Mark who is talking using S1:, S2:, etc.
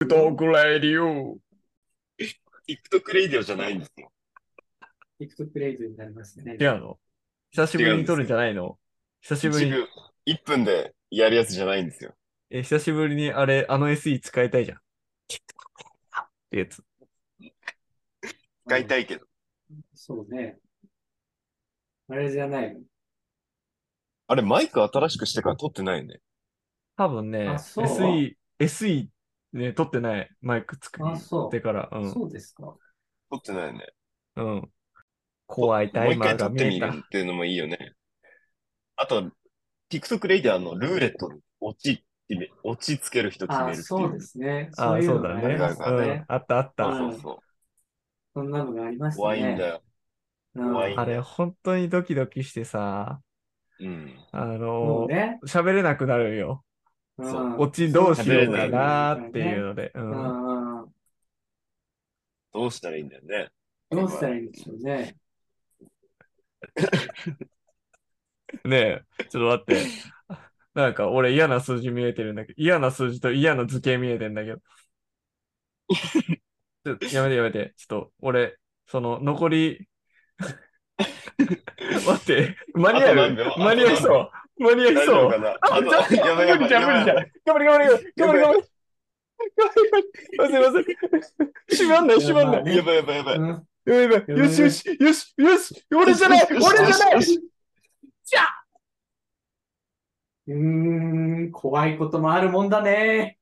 S1: TikTok レディオ
S2: TikTok レイディオじゃないんですよ。
S3: ティクトクレイズになりますね。
S1: 違うの久しぶりに撮るんじゃないの久しぶり
S2: 1
S1: に、
S2: 分1分でやるやつじゃないんですよ。
S1: え、久しぶりにあれ、あの SE 使いたいじゃん。ってやつ。
S2: 使いたいけど。
S3: そうね。あれじゃない
S2: あれ、マイク新しくしてから撮ってないよね。
S1: 多分ね、
S3: あそう
S1: SE、SE ね、撮ってないマイク作
S3: の。あ、そ
S1: ってから、
S3: う。
S1: う
S3: そうですか。
S2: 撮ってないよね。
S1: ん、うん。怖い
S2: も
S1: タ
S2: う
S1: イ
S2: 一
S1: マー
S2: 回撮
S1: が
S2: っ
S1: 見
S2: てみ
S1: え
S2: る
S1: た。
S2: っていうのもいいよね。あと、TikTok レイディオのルーレットに落ち、落ちつける人決め
S3: あ、
S2: るっていう。
S3: そうですね。
S1: あ
S3: そ
S1: あ、
S3: ういう
S1: そ
S3: の
S1: うだ
S3: があ
S1: ね。
S3: りまし
S2: そ
S3: た
S2: う
S1: う
S2: だ
S1: ん
S3: ね。。
S1: あったあった。
S2: そうそうそう。
S3: そんなのがありましたね。
S2: 怖いんだよ。
S3: うん
S2: 怖い
S1: あれ、本当にドキドキしてさ、
S2: うん。
S1: あ
S3: も
S1: の
S3: う
S1: ー、
S3: ね。
S1: 喋、れなくなるよ。
S2: そううん
S1: オチどうしようかなーっていう。ので。う
S3: うんんうん。
S2: どうしたらいいんだよね。
S3: どうしたらいいんでしょうね。
S1: ねえ、ちょっと待って。なんか俺嫌な数字見えてるんだけど、嫌な数字と嫌な図形見えてんだけど。ちょっとやめてやめて。ちょっと俺、その残り。待って、間に合
S2: あと何
S1: う
S2: 秒
S1: 間に合いそう。間に合い
S2: 大
S1: そ
S2: 丈夫
S1: う
S2: か。な
S1: あ、
S2: あ
S1: ちょっと、
S2: の、やばいやばい。
S1: じゃ
S2: や
S1: 無理
S2: ばい
S1: じゃん。頑張れ頑張れ頑張れ頑張れ頑張れ頑張れ頑張れ。忘れ忘れ。閉まんない閉まんない。
S2: やばいやばいやばい。
S3: うん
S1: やばいやばいよしよしよしよし俺じゃない俺じゃない
S3: うん、怖いこともあるもんだね。